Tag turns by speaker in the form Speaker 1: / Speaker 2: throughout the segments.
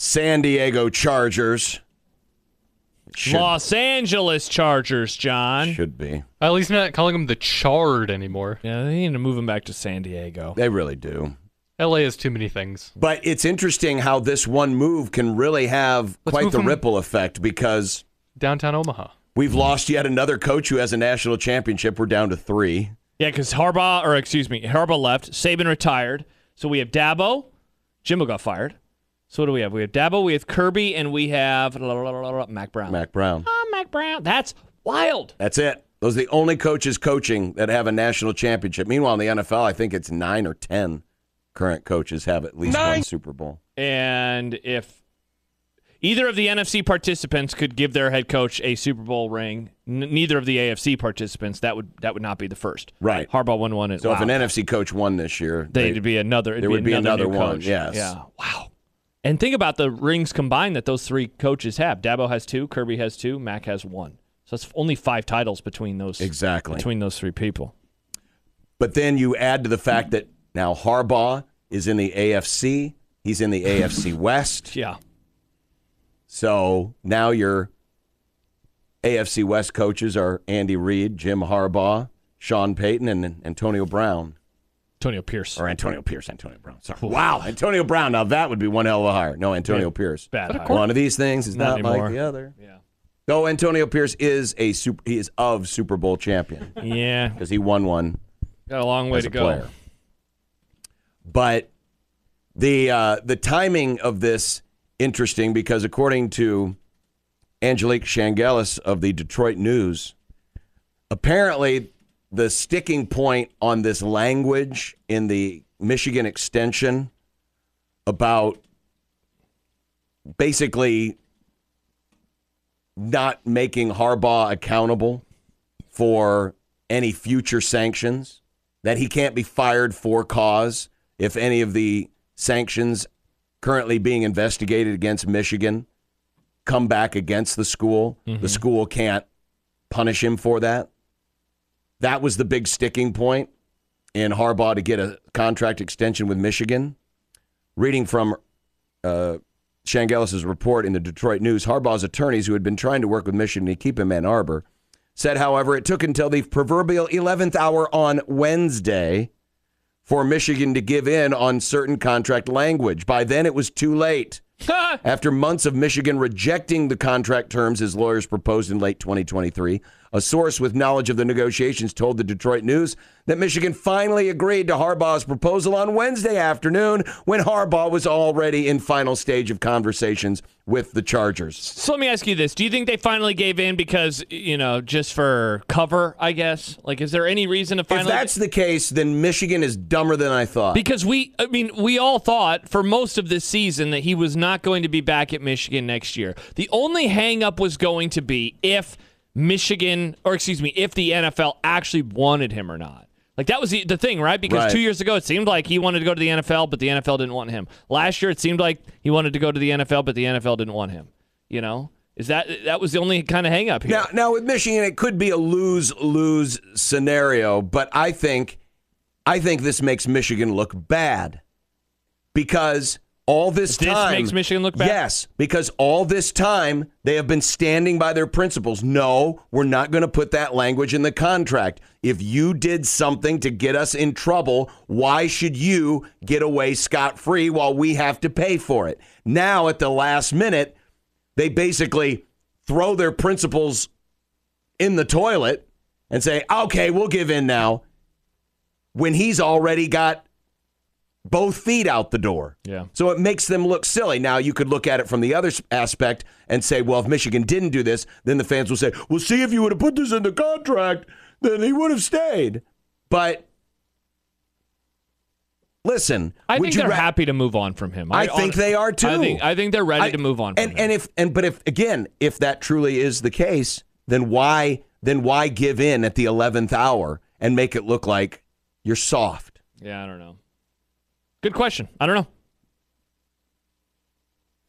Speaker 1: San Diego Chargers. Should,
Speaker 2: Los Angeles Chargers, John.
Speaker 1: should be.
Speaker 3: At least not calling them the Chard anymore.
Speaker 2: Yeah, they need to move him back to San Diego.
Speaker 1: They really do.
Speaker 3: LA has too many things.
Speaker 1: But it's interesting how this one move can really have
Speaker 3: Let's
Speaker 1: quite
Speaker 3: move
Speaker 1: the
Speaker 3: from-
Speaker 1: ripple effect because
Speaker 3: Downtown Omaha.
Speaker 1: we've lost yet another coach who has a national championship. We're down to three.
Speaker 2: Yeah, because Harbaugh, or excuse me, Harbaugh left. Saban retired. So we have Dabo. Jimbo got fired. So what do we have? We have Dabo, we have Kirby, and we have la, la, la, la, la, Mac Brown.
Speaker 1: Mac Brown.
Speaker 2: Ah, Mac Brown. That's wild.
Speaker 1: That's it. Those are the only coaches coaching that have a national championship. Meanwhile, in the NFL, I think it's nine or ten current coaches have at least one Super Bowl.
Speaker 2: And if either of the NFC participants could give their head coach a Super Bowl ring, n- neither of the AFC participants, that would that would not be the first.
Speaker 1: Right.
Speaker 2: Harbaugh won one. At,
Speaker 1: So if
Speaker 2: wow.
Speaker 1: an NFC coach won this year,
Speaker 2: they'd be another. it'd
Speaker 1: there would be another
Speaker 2: new
Speaker 1: one,
Speaker 2: coach.
Speaker 1: yes.
Speaker 2: Yeah. Wow. And think about the rings combined that those three coaches have. Dabo has two. Kirby has two. Mac has one. So that's only five titles between those
Speaker 1: Exactly.
Speaker 2: between those three people.
Speaker 1: But then you add to the fact that now Harbaugh is in the AFC. He's in the AFC West.
Speaker 2: Yeah.
Speaker 1: So now your AFC West coaches are Andy Reid, Jim Harbaugh, Sean Payton, and Antonio Brown.
Speaker 2: Antonio Pierce.
Speaker 1: Or Antonio Pierce, Antonio Brown. Sorry. Wow, Antonio Brown. Now that would be one hell of a hire. No, Antonio Pierce.
Speaker 2: Bad. hire.
Speaker 1: One of these things is
Speaker 2: Not
Speaker 1: not, like
Speaker 2: anymore.
Speaker 1: the other.
Speaker 2: Yeah.
Speaker 1: Though Antonio Pierce is a super, he is of Super Bowl champion
Speaker 2: Yeah.
Speaker 1: because he won one
Speaker 2: Got a long way
Speaker 1: as
Speaker 2: to
Speaker 1: a
Speaker 2: go.
Speaker 1: player. But the uh, the timing of this interesting because according to Angelique Shangelis of the Detroit News, apparently the sticking point on this language in the Michigan extension about basically not making Harbaugh accountable for any future sanctions, that he can't be fired for cause if any of the sanctions currently being investigated against Michigan come back against the school. The school can't punish him for that. That was the big sticking point in Harbaugh to get a contract extension with Michigan. Reading from uh, Shangelis's report in the Detroit News, Harbaugh's attorneys, who had been trying to work with Michigan to keep him in Ann Arbor, said, however, it took until the proverbial 11th hour on Wednesday for Michigan to give in on certain contract language. By then, it was too late. After months of Michigan rejecting the contract terms his lawyers proposed in late 2023, a source with knowledge of the negotiations told the Detroit News that Michigan finally agreed to Harbaugh's proposal on Wednesday afternoon when Harbaugh was already in final stage of conversations with the Chargers.
Speaker 2: So let me ask you this: Do you think they finally gave in because you know just for cover? I guess. Like, is there any reason to finally?
Speaker 1: if that's the case, then Michigan is dumber than I thought.
Speaker 2: because we, I mean, we all thought for most of this season that he was not going to be back at Michigan next year. The only hangup was going to be if Michigan, or excuse me, if the NFL actually wanted him or not. Like that was the, the thing, right? Because
Speaker 1: Right.
Speaker 2: two years ago it seemed like he wanted to go to the NFL, but the NFL didn't want him. Last year it seemed like he wanted to go to the NFL, but the NFL didn't want him. You know, is that that was the only kind of hangup here?
Speaker 1: Now, now with Michigan, it could be a lose-lose scenario, but I think, I think this makes Michigan look bad because all this,
Speaker 2: This
Speaker 1: time
Speaker 2: makes Michigan look bad?
Speaker 1: Yes, because all this time they have been standing by their principles. No, we're not going to put that language in the contract. If you did something to get us in trouble, why should you get away scot-free while we have to pay for it? Now, at the last minute, they basically throw their principles in the toilet and say, okay, we'll give in now, when he's already got both feet out the door.
Speaker 2: Yeah.
Speaker 1: So it makes them look silly. Now, you could look at it from the other s- aspect and say, well, if Michigan didn't do this, then the fans will say, well, see, if you would have put this in the contract, then he would have stayed. But Listen,
Speaker 2: I
Speaker 1: would
Speaker 2: think
Speaker 1: you
Speaker 2: they're
Speaker 1: ra-
Speaker 2: happy to move on from him.
Speaker 1: I think they are, too.
Speaker 2: I think, I think they're ready
Speaker 1: I-
Speaker 2: to move on. From
Speaker 1: And
Speaker 2: him.
Speaker 1: and if and but if again, if that truly is the case, then why then why give in at the eleventh hour and make it look like you're soft?
Speaker 2: Yeah, I don't know. Good question. I don't know.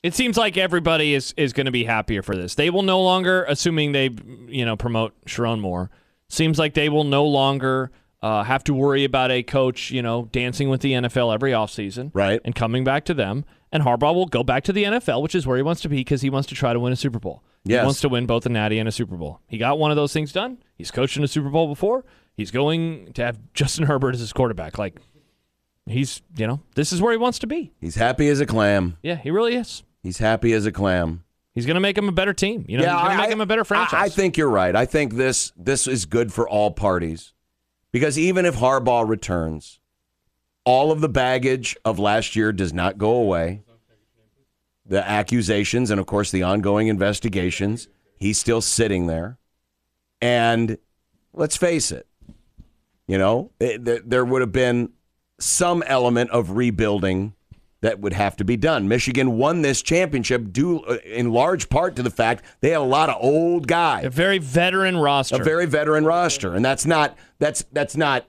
Speaker 2: It seems like everybody is is going to be happier for this. They will no longer, assuming they you know promote Sharon Moore, seems like they will no longer uh, have to worry about a coach you know dancing with the NFL every offseason,
Speaker 1: Right.
Speaker 2: And coming back to them, and Harbaugh will go back to the NFL, which is where he wants to be because he wants to try to win a Super Bowl.
Speaker 1: Yes.
Speaker 2: He wants to win both a Natty and a Super Bowl. He got one of those things done. He's coached in a Super Bowl before. He's going to have Justin Herbert as his quarterback. Like he's you know this is where he wants to be
Speaker 1: He's happy as a clam.
Speaker 2: yeah he really is
Speaker 1: He's happy as a clam.
Speaker 2: he's gonna make him a better team you know he's gonna make him a better franchise
Speaker 1: I, I think you're right. I think this this is good for all parties because even if Harbaugh returns, all of the baggage of last year does not go away. The accusations and of course the ongoing investigations, he's still sitting there. And let's face it, you know, it, th- there would have been some element of rebuilding that would have to be done. Michigan won this championship due uh, in large part to the fact they had a lot of old
Speaker 2: a
Speaker 1: guys,
Speaker 2: very veteran roster
Speaker 1: a very veteran roster, and that's not that's that's not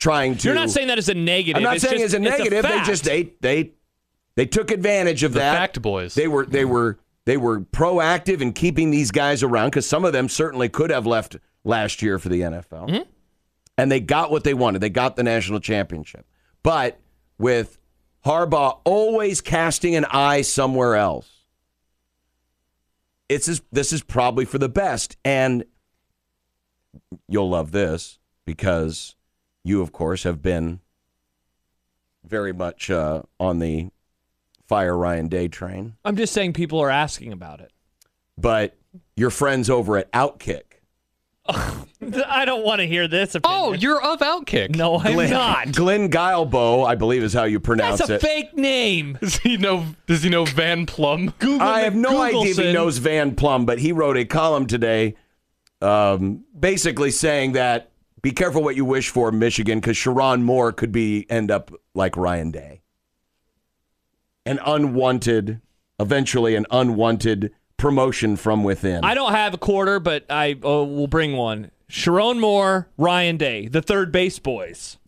Speaker 1: trying to.
Speaker 2: you're not saying that as a negative
Speaker 1: I'm not
Speaker 2: it's
Speaker 1: saying
Speaker 2: just-
Speaker 1: it's a negative. they
Speaker 2: fact.
Speaker 1: just they they they took advantage of
Speaker 3: The
Speaker 1: that.
Speaker 3: fact boys.
Speaker 1: They were they were they were proactive in keeping these guys around because some of them certainly could have left last year for the NFL, and they got what they wanted. They got the national championship, but with Harbaugh always casting an eye somewhere else, it's is this is probably for the best. And you'll love this because you, of course, have been very much uh, on the fire Ryan Day train
Speaker 2: i'm just saying people are asking about it
Speaker 1: but your friends over at Outkick.
Speaker 2: i don't want to hear this opinion.
Speaker 3: Oh, you're of Outkick.
Speaker 2: no i'm not
Speaker 1: Glenn Guilebo, I believe is how you pronounce
Speaker 2: that's a
Speaker 1: it.
Speaker 2: fake name
Speaker 3: Does he know? Does he know Van Plum?
Speaker 2: Google
Speaker 1: I have no idea if he
Speaker 2: McGoogleson.
Speaker 1: knows Van Plum, but he wrote a column today um, basically saying that be careful what you wish for, Michigan, because Sharon Moore could be end up like Ryan Day. An unwanted, eventually an unwanted promotion from within.
Speaker 2: i don't have a quarter but i uh, will bring one sharon moore ryan day the third base boys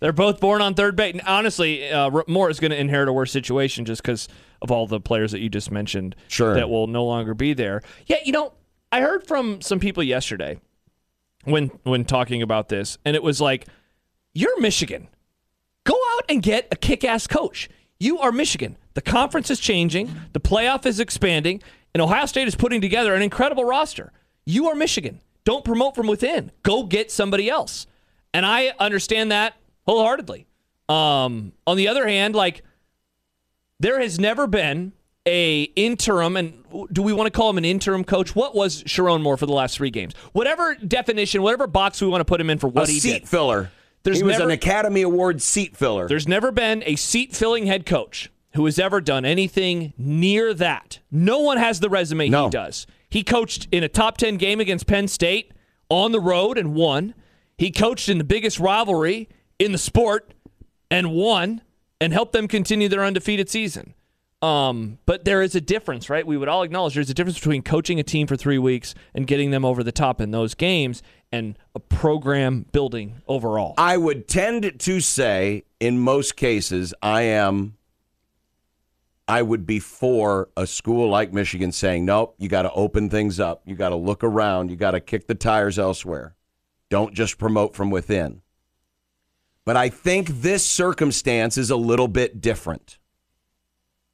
Speaker 2: They're both born on third base. And honestly, uh, R- Moore is going to inherit a worse situation just because of all the players that you just mentioned
Speaker 1: Sure.
Speaker 2: that will no longer be there. Yeah, you know, I heard from some people yesterday when when talking about this, and it was like, "You're Michigan. Go out and get a kick-ass coach. You are Michigan. The conference is changing. The playoff is expanding, and Ohio State is putting together an incredible roster. You are Michigan. Don't promote from within. Go get somebody else." and I understand that wholeheartedly. Um, on the other hand, like there has never been a interim, and do we want to call him an interim coach? What was Sharon Moore for the last three games? Whatever definition, whatever box we want to put him in for
Speaker 1: a
Speaker 2: what he
Speaker 1: seat
Speaker 2: did.
Speaker 1: filler.
Speaker 2: There's
Speaker 1: he was an
Speaker 2: never-
Speaker 1: Academy Award seat filler.
Speaker 2: There's never been a seat filling head coach who has ever done anything near that. No one has the resume
Speaker 1: No.
Speaker 2: he does. He coached in a top 10 game against Penn State on the road and won. He coached in the biggest rivalry in the sport and won and helped them continue their undefeated season. Um, but there is a difference, right? We would all acknowledge there's a difference between coaching a team for three weeks and getting them over the top in those games and a program building overall.
Speaker 1: I would tend to say, in most cases, I am. I would be for a school like Michigan saying, "Nope, you got to open things up. You got to look around. You got to kick the tires elsewhere. Don't just promote from within." But I think this circumstance is a little bit different.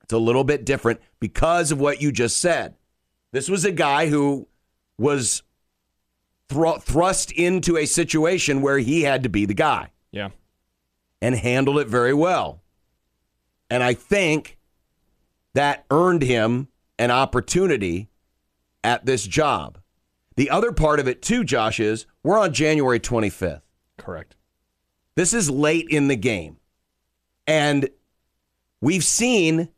Speaker 1: It's a little bit different because of what you just said. This was a guy who was thru- thrust into a situation where he had to be the guy
Speaker 2: yeah.
Speaker 1: and handled it very well. And I think that earned him an opportunity at this job. The other part of it, too, Josh, is we're on January 25th.
Speaker 3: Correct.
Speaker 1: This is late in the game. And we've seen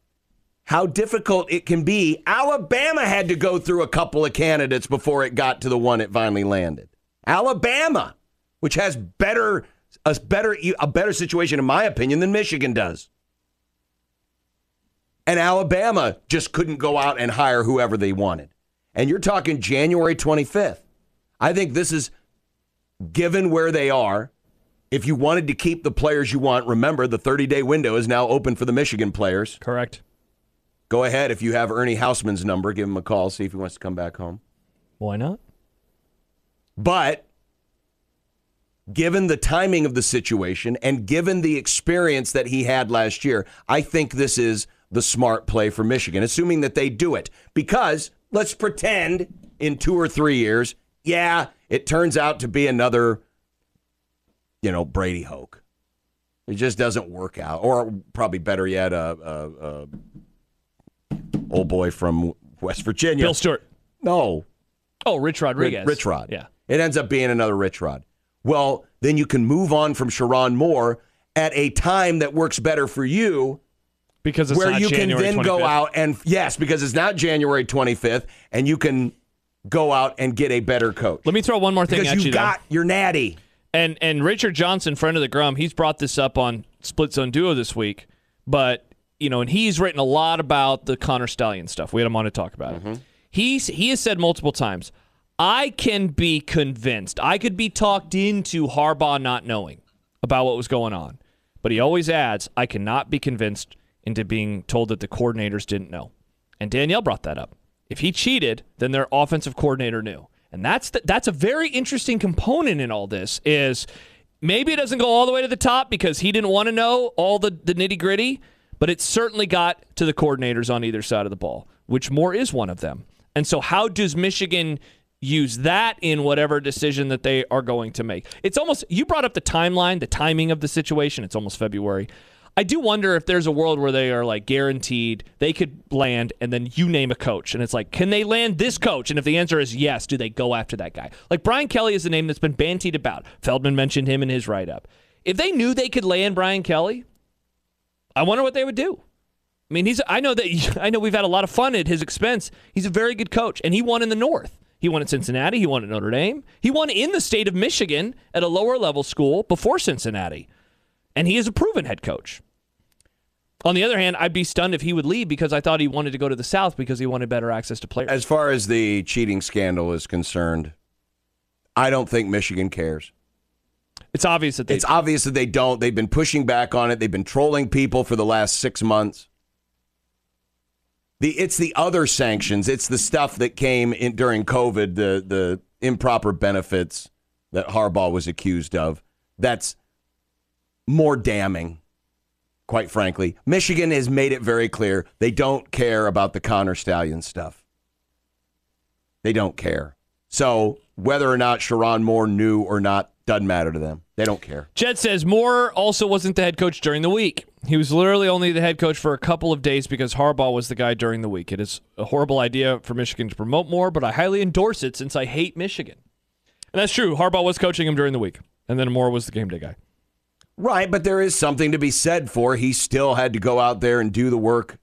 Speaker 1: how difficult it can be. Alabama had to go through a couple of candidates before it got to the one it finally landed. Alabama, which has better a better a better situation, in my opinion, than Michigan does. And Alabama just couldn't go out and hire whoever they wanted. And you're talking January 25th. I think this is given where they are. If you wanted to keep the players you want, remember the 30 day window is now open for the Michigan players.
Speaker 2: Correct.
Speaker 1: Go ahead. If you have Ernie Hausman's number, give him a call, see if he wants to come back home.
Speaker 2: Why not?
Speaker 1: But given the timing of the situation and given the experience that he had last year, I think this is the smart play for Michigan, assuming that they do it. Because let's pretend in two or three years, yeah, it turns out to be another, you know, Brady Hoke. It just doesn't work out. Or probably better yet, uh, uh, uh, old boy from West Virginia.
Speaker 2: Bill Stewart.
Speaker 1: no,
Speaker 2: Oh, Rich Rodriguez.
Speaker 1: Rich Rod.
Speaker 2: Yeah.
Speaker 1: It ends up being another Rich Rod. Well, then you can move on from Sharon Moore at a time that works better for you,
Speaker 3: because it's
Speaker 1: where
Speaker 3: not
Speaker 1: you
Speaker 3: January
Speaker 1: can then go
Speaker 3: 25th.
Speaker 1: out and, yes, because it's not January 25th, and you can go out and get a better coach.
Speaker 2: Let me throw one more thing
Speaker 1: because
Speaker 2: at
Speaker 1: you
Speaker 2: you, though.
Speaker 1: got your natty.
Speaker 2: And and Richard Johnson, friend of the Grum, he's brought this up on Split Zone Duo this week. But you know, and he's written a lot about the Connor Stallion stuff. We had him on to talk about it.
Speaker 1: Mm-hmm.
Speaker 2: He's he has said multiple times, I can be convinced. I could be talked into Harbaugh not knowing about what was going on. But he always adds, I cannot be convinced into being told that the coordinators didn't know. And Danielle brought that up. If he cheated, then their offensive coordinator knew. And that's the, that's a very interesting component in all this is maybe it doesn't go all the way to the top because he didn't want to know all the, the nitty gritty, but it certainly got to the coordinators on either side of the ball, which Moore is one of them. And so how does Michigan use that in whatever decision that they are going to make? It's almost you brought up the timeline, the timing of the situation. It's almost February. I do wonder if there's a world where they are like guaranteed they could land and then you name a coach. And it's like, can they land this coach? And if the answer is yes, do they go after that guy? Like Brian Kelly is the name that's been bantied about. Feldman mentioned him in his write up. If they knew they could land Brian Kelly, I wonder what they would do. I mean, he's I know that I know we've had a lot of fun at his expense. He's a very good coach and he won in the North. He won at Cincinnati, he won at Notre Dame. He won in the state of Michigan at a lower level school before Cincinnati. And he is a proven head coach. On the other hand, I'd be stunned if he would leave because I thought he wanted to go to the South because he wanted better access to players.
Speaker 1: As far as the cheating scandal is concerned, I don't think Michigan cares.
Speaker 2: It's obvious that they
Speaker 1: It's obvious that they don't. They've been pushing back on it. They've been trolling people for the last six months. The it's the other sanctions. It's the stuff that came in during COVID. The the improper benefits that Harbaugh was accused of. That's more damning, quite frankly. Michigan has made it very clear they don't care about the Connor Stallion stuff. They don't care. So whether or not Sharon Moore knew or not doesn't matter to them. They don't care.
Speaker 2: Jed says Moore also wasn't the head coach during the week. He was literally only the head coach for a couple of days because Harbaugh was the guy during the week. It is a horrible idea for Michigan to promote Moore, but I highly endorse it since I hate Michigan. And that's true. Harbaugh was coaching him during the week, and then Moore was the game day guy.
Speaker 1: Right, but there is something to be said for he still had to go out there and do the work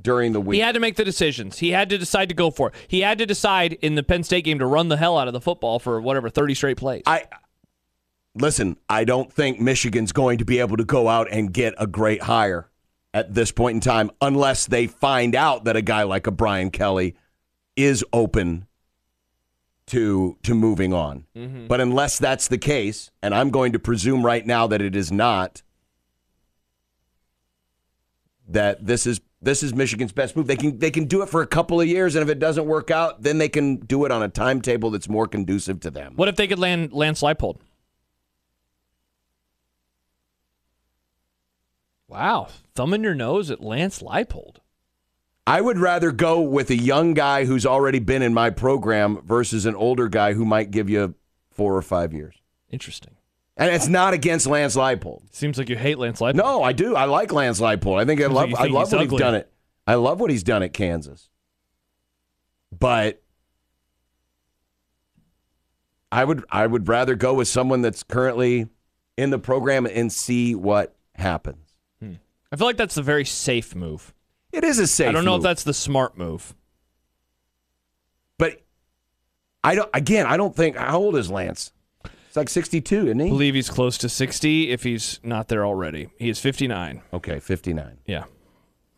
Speaker 1: during the week.
Speaker 2: He had to make the decisions. He had to decide to go for it. He had to decide in the Penn State game to run the hell out of the football for whatever 30 straight plays.
Speaker 1: I listen, I don't think Michigan's going to be able to go out and get a great hire at this point in time unless they find out that a guy like a Brian Kelly is open to to moving on. But unless that's the case, and I'm going to presume right now that it is not that this is this is Michigan's best move. They can they can do it for a couple of years and if it doesn't work out, then they can do it on a timetable that's more conducive to them.
Speaker 2: what if they could land Lance Leipold? Wow. Thumbing your nose at Lance Leipold.
Speaker 1: I would rather go with a young guy who's already been in my program versus an older guy who might give you four or five years.
Speaker 2: Interesting.
Speaker 1: And it's not against Lance Leipold.
Speaker 2: Seems like you hate Lance Leipold.
Speaker 1: No, I do. I like Lance Leipold. I think I
Speaker 2: Seems
Speaker 1: love.
Speaker 2: like you
Speaker 1: I
Speaker 2: think
Speaker 1: love
Speaker 2: he's
Speaker 1: what he's
Speaker 2: ugly.
Speaker 1: done it. I love what he's done at Kansas. But I would I would rather go with someone that's currently in the program and see what happens.
Speaker 2: I feel like that's a very safe move.
Speaker 1: It is a safe.
Speaker 2: I don't know
Speaker 1: move.
Speaker 2: if that's the smart move.
Speaker 1: But I don't. Again, I don't think. How old is Lance? It's like 62, isn't he?
Speaker 2: believe he's close to 60 if he's not there already. He is 59.
Speaker 1: Okay, 59.
Speaker 2: Yeah.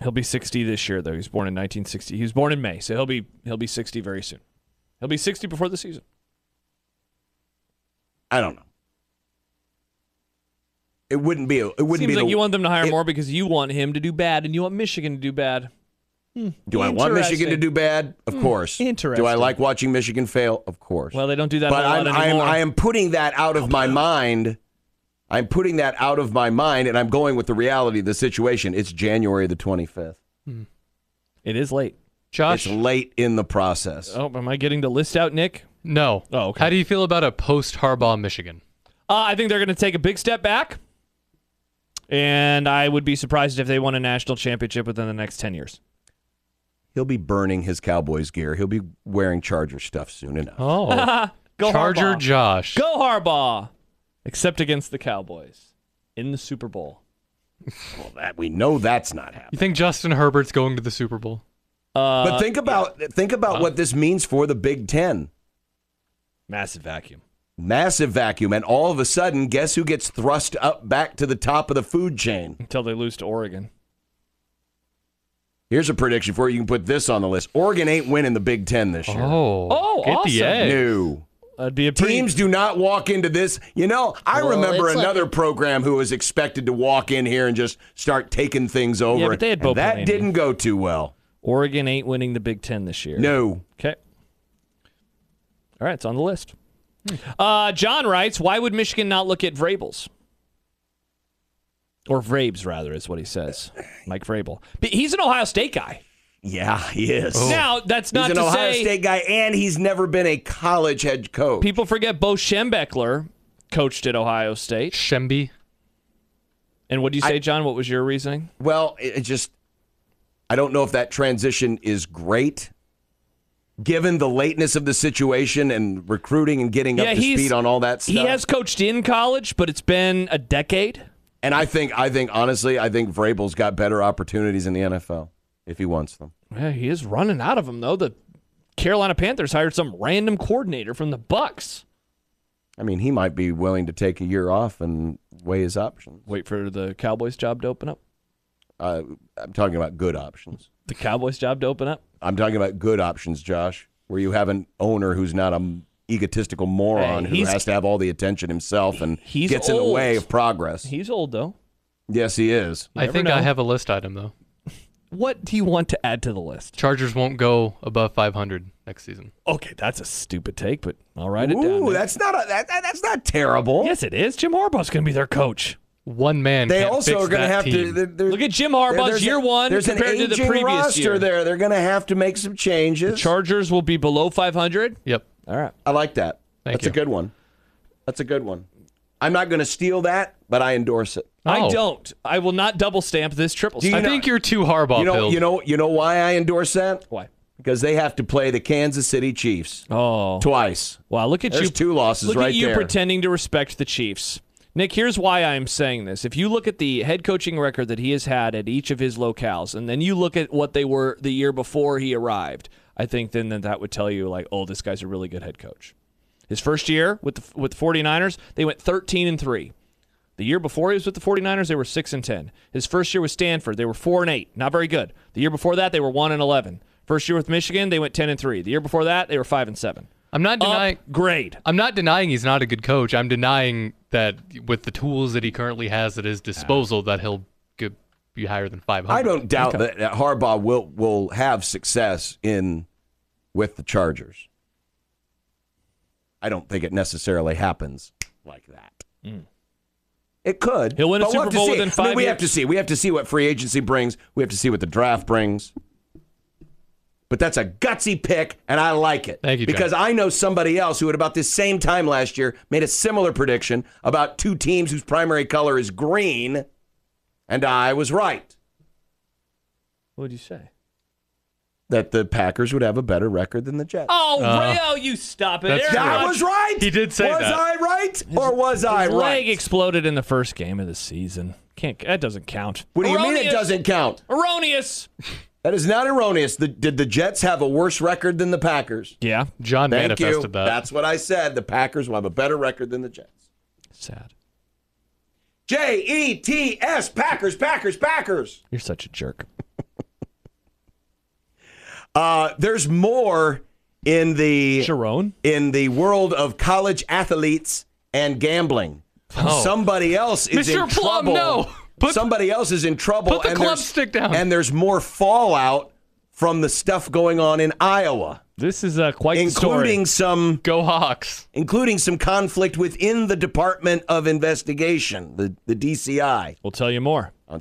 Speaker 2: He'll be 60 this year though. He was born in 1960. He was born in May, so he'll be he'll be 60 very soon. He'll be 60 before the season.
Speaker 1: I don't know. It wouldn't be. A, it wouldn't
Speaker 2: Seems
Speaker 1: be.
Speaker 2: like
Speaker 1: the,
Speaker 2: you want them to hire
Speaker 1: it-
Speaker 2: more because you want him to do bad and you want Michigan to do bad.
Speaker 1: do I want Michigan to
Speaker 2: Interesting. Hmm,
Speaker 1: do bad? Of course. Do I
Speaker 2: interesting.
Speaker 1: like watching Michigan fail? Of course.
Speaker 2: Well, they don't do that
Speaker 1: but
Speaker 2: a lot
Speaker 1: I'm, I'm
Speaker 2: anymore.
Speaker 1: I am putting that out of my mind. I'm putting that out of my mind, and I'm going with the reality of the situation. It's January the 25th.
Speaker 2: It is late.
Speaker 3: Josh?
Speaker 1: It's late in the process.
Speaker 2: Oh, am I getting the list out, Nick?
Speaker 3: No.
Speaker 2: Oh, okay.
Speaker 3: How do you feel about a post Harbaugh Michigan?
Speaker 2: Uh, I think they're going to take a big step back. And I would be surprised if they won a national championship within the next 10 years.
Speaker 1: He'll be burning his Cowboys gear. He'll be wearing Charger stuff soon enough.
Speaker 3: Oh,
Speaker 2: Go
Speaker 3: Charger
Speaker 2: Harbaugh.
Speaker 3: Josh.
Speaker 2: Go Harbaugh. Except against the Cowboys in the Super Bowl.
Speaker 1: Well, that we know that's not happening.
Speaker 3: You think Justin Herbert's going to the Super Bowl?
Speaker 2: Uh,
Speaker 1: But think about think about what this means for the Big Ten.
Speaker 2: massive vacuum.
Speaker 1: Massive vacuum, and all of a sudden, guess who gets thrust up back to the top of the food chain?
Speaker 2: Until they lose to Oregon.
Speaker 1: Here's a prediction for you. You can put this on the list. Oregon ain't winning the Big Ten this year.
Speaker 3: Oh,
Speaker 2: Oh,
Speaker 3: get
Speaker 2: awesome.
Speaker 3: the egg.
Speaker 1: No.
Speaker 2: That'd be a pretty,
Speaker 1: Teams do not walk into this. You know, I
Speaker 4: Well,
Speaker 1: remember
Speaker 4: it's like-
Speaker 1: another program who was expected to walk in here and just start taking things over.
Speaker 2: but they had
Speaker 1: and
Speaker 2: Bo
Speaker 1: that
Speaker 2: Pelini.
Speaker 1: didn't go too well.
Speaker 2: Oregon ain't winning the Big Ten this year.
Speaker 1: No.
Speaker 2: Okay. All right, it's on the list. Uh, John writes, why would Michigan not look at Vrabels? Or Vrabes, rather, is what he says. Mike Vrabel. But he's an Ohio State guy.
Speaker 1: Yeah, he is.
Speaker 2: Now, that's
Speaker 1: He's
Speaker 2: not
Speaker 1: an
Speaker 2: to
Speaker 1: Ohio
Speaker 2: say
Speaker 1: State guy, and he's never been a college head coach.
Speaker 2: people forget Bo Schembechler coached at Ohio State.
Speaker 3: Shemby.
Speaker 2: And what do you say, John? What was your reasoning?
Speaker 1: Well, it, it just I don't know if that transition is great. Given the lateness of the situation and recruiting and getting up to speed on all that stuff,
Speaker 2: He has coached in college, but it's been a decade.
Speaker 1: and I think I think honestly, I think Vrabel's got better opportunities in the NFL if he wants them.
Speaker 2: Yeah, he is running out of them though. The Carolina Panthers hired some random coordinator from the Bucks.
Speaker 1: I mean, he might be willing to take a year off and weigh his options.
Speaker 2: Wait for the Cowboys job to open up.
Speaker 1: Uh, I'm talking about good options.
Speaker 2: The Cowboys job to open up.
Speaker 1: I'm talking about good options, Josh, where you have an owner who's not a egotistical moron
Speaker 2: Hey,
Speaker 1: who
Speaker 2: he's-
Speaker 1: has to have all the attention himself and
Speaker 2: He's
Speaker 1: gets in the
Speaker 2: old.
Speaker 1: way of progress.
Speaker 2: He's old though.
Speaker 1: Yes, he is.
Speaker 3: I
Speaker 2: never
Speaker 3: think I
Speaker 2: know.
Speaker 3: have a list item though.
Speaker 2: What do you want to add to the list?
Speaker 3: Chargers won't go above 500 next season.
Speaker 2: Okay, that's a stupid take, but I'll write it down.
Speaker 1: Ooh, that's not a, that, that- that's not terrible.
Speaker 2: yes, it is. Jim Harbaugh's going to be their coach.
Speaker 3: One man.
Speaker 1: they
Speaker 3: can't
Speaker 1: also
Speaker 3: fix
Speaker 1: are going to
Speaker 3: that
Speaker 1: have
Speaker 3: team.
Speaker 1: to. They're,
Speaker 2: Look at Jim Harbaugh's year one
Speaker 1: There's an
Speaker 2: compared to
Speaker 1: aging
Speaker 2: the previous
Speaker 1: roster
Speaker 2: year.
Speaker 1: there. They're going to have to make some changes.
Speaker 2: Chargers will be below 500.
Speaker 3: Yep.
Speaker 2: All right.
Speaker 1: I like that.
Speaker 3: Thank
Speaker 1: that's a
Speaker 3: you.
Speaker 1: good one. That's a good one. I'm not going to steal that, but I endorse it.
Speaker 2: I
Speaker 3: Oh.
Speaker 2: don't. I will not double stamp this triple.
Speaker 1: Do you
Speaker 3: I
Speaker 2: stamp.
Speaker 1: know-
Speaker 3: think you're too
Speaker 2: Oh,
Speaker 3: Harbaugh
Speaker 1: you know,
Speaker 3: pilled.
Speaker 1: you know, you know why I endorse that?
Speaker 2: Why?
Speaker 1: Because they have to play the Kansas City Chiefs
Speaker 2: Oh.
Speaker 1: twice.
Speaker 2: Wow, look at
Speaker 1: There's
Speaker 2: you.
Speaker 1: two losses
Speaker 2: look
Speaker 1: right
Speaker 2: at you
Speaker 1: there.
Speaker 2: pretending to respect the Chiefs. Nick, here's why I'm saying this. If you look at the head coaching record that he has had at each of his locales, and then you look at what they were the year before he arrived, I think then that, that would tell you, like, oh, this guy's a really good head coach. His first year with the, with the 49ers, they went 13 and 3. The year before he was with the 49ers, they were 6 and 10. His first year with Stanford, they were 4 and 8, not very good. The year before that, they were 1 and 11. First year with Michigan, they went 10 and 3. The year before that, they were 5 and 7.
Speaker 3: I'm not
Speaker 1: um,
Speaker 3: denying.
Speaker 2: Upgrade.
Speaker 3: I'm not denying he's not a good coach. I'm denying that with the tools that he currently has at his disposal, that he'll go- be higher than 500.
Speaker 1: I don't doubt that, that Harbaugh will will have success in with the Chargers. I don't think it necessarily happens like that. It could.
Speaker 2: Hmm. He'll win a
Speaker 1: But we'll
Speaker 2: Super
Speaker 1: have to
Speaker 2: Bowl
Speaker 1: see.
Speaker 2: within
Speaker 1: I mean,
Speaker 2: five
Speaker 1: we have
Speaker 2: years.
Speaker 1: to see. We have to see what free agency brings. We have to see what the draft brings. But that's a gutsy pick, and I like it.
Speaker 3: Thank you, John.
Speaker 1: Because I know somebody else who, at about this same time last year, made a similar prediction about two teams whose primary color is green, and I was right.
Speaker 2: What would you say?
Speaker 1: that the Packers would have a better record than the Jets.
Speaker 2: Oh, Rayo, you stop it. Aaron
Speaker 3: that's
Speaker 1: Uh,
Speaker 3: true.
Speaker 1: I
Speaker 3: Rodgers-
Speaker 1: was right.
Speaker 3: He did say
Speaker 1: was
Speaker 3: that.
Speaker 1: I right or was I
Speaker 2: Rodgers'
Speaker 1: right?
Speaker 2: leg exploded in the first game of the season. Can't that doesn't count.
Speaker 1: what do you mean
Speaker 2: Erroneous.
Speaker 1: it doesn't count?
Speaker 2: Erroneous.
Speaker 1: That is not erroneous. The, did the Jets have a worse record than the Packers?
Speaker 2: Yeah.
Speaker 3: John
Speaker 1: Thank you.
Speaker 3: manifested that.
Speaker 1: That's what I said. The Packers will have a better record than the Jets.
Speaker 2: Sad.
Speaker 1: J E T S Packers, Packers, Packers.
Speaker 2: You're such a jerk.
Speaker 1: Uh, there's more in the
Speaker 2: Sharon?
Speaker 1: in the world of college athletes and gambling.
Speaker 3: Oh.
Speaker 1: Somebody else is in
Speaker 3: Mr. Plum,
Speaker 1: trouble.
Speaker 3: no. Put-
Speaker 1: Somebody else is in trouble.
Speaker 3: put the
Speaker 1: and
Speaker 3: club
Speaker 1: there's-
Speaker 3: stick down.
Speaker 1: And there's more fallout from the stuff going on in Iowa,
Speaker 2: This is uh, quite the story.
Speaker 1: including some
Speaker 3: Go Hawks.
Speaker 1: including some conflict within the Department of Investigation, the, the DCI,
Speaker 2: We'll tell you more.
Speaker 1: on